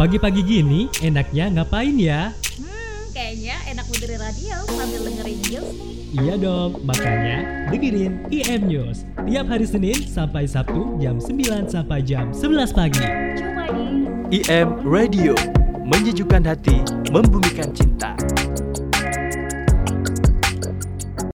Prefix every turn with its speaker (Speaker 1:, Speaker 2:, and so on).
Speaker 1: Pagi-pagi gini, enaknya ngapain ya?
Speaker 2: Hmm, kayaknya enak dengerin radio sambil dengerin news nih.
Speaker 1: Iya dong, makanya dengerin IM News tiap hari Senin sampai Sabtu jam 9 sampai jam 11 pagi.
Speaker 2: Cuma di
Speaker 3: IM Radio menjejukkan hati, membumikan cinta.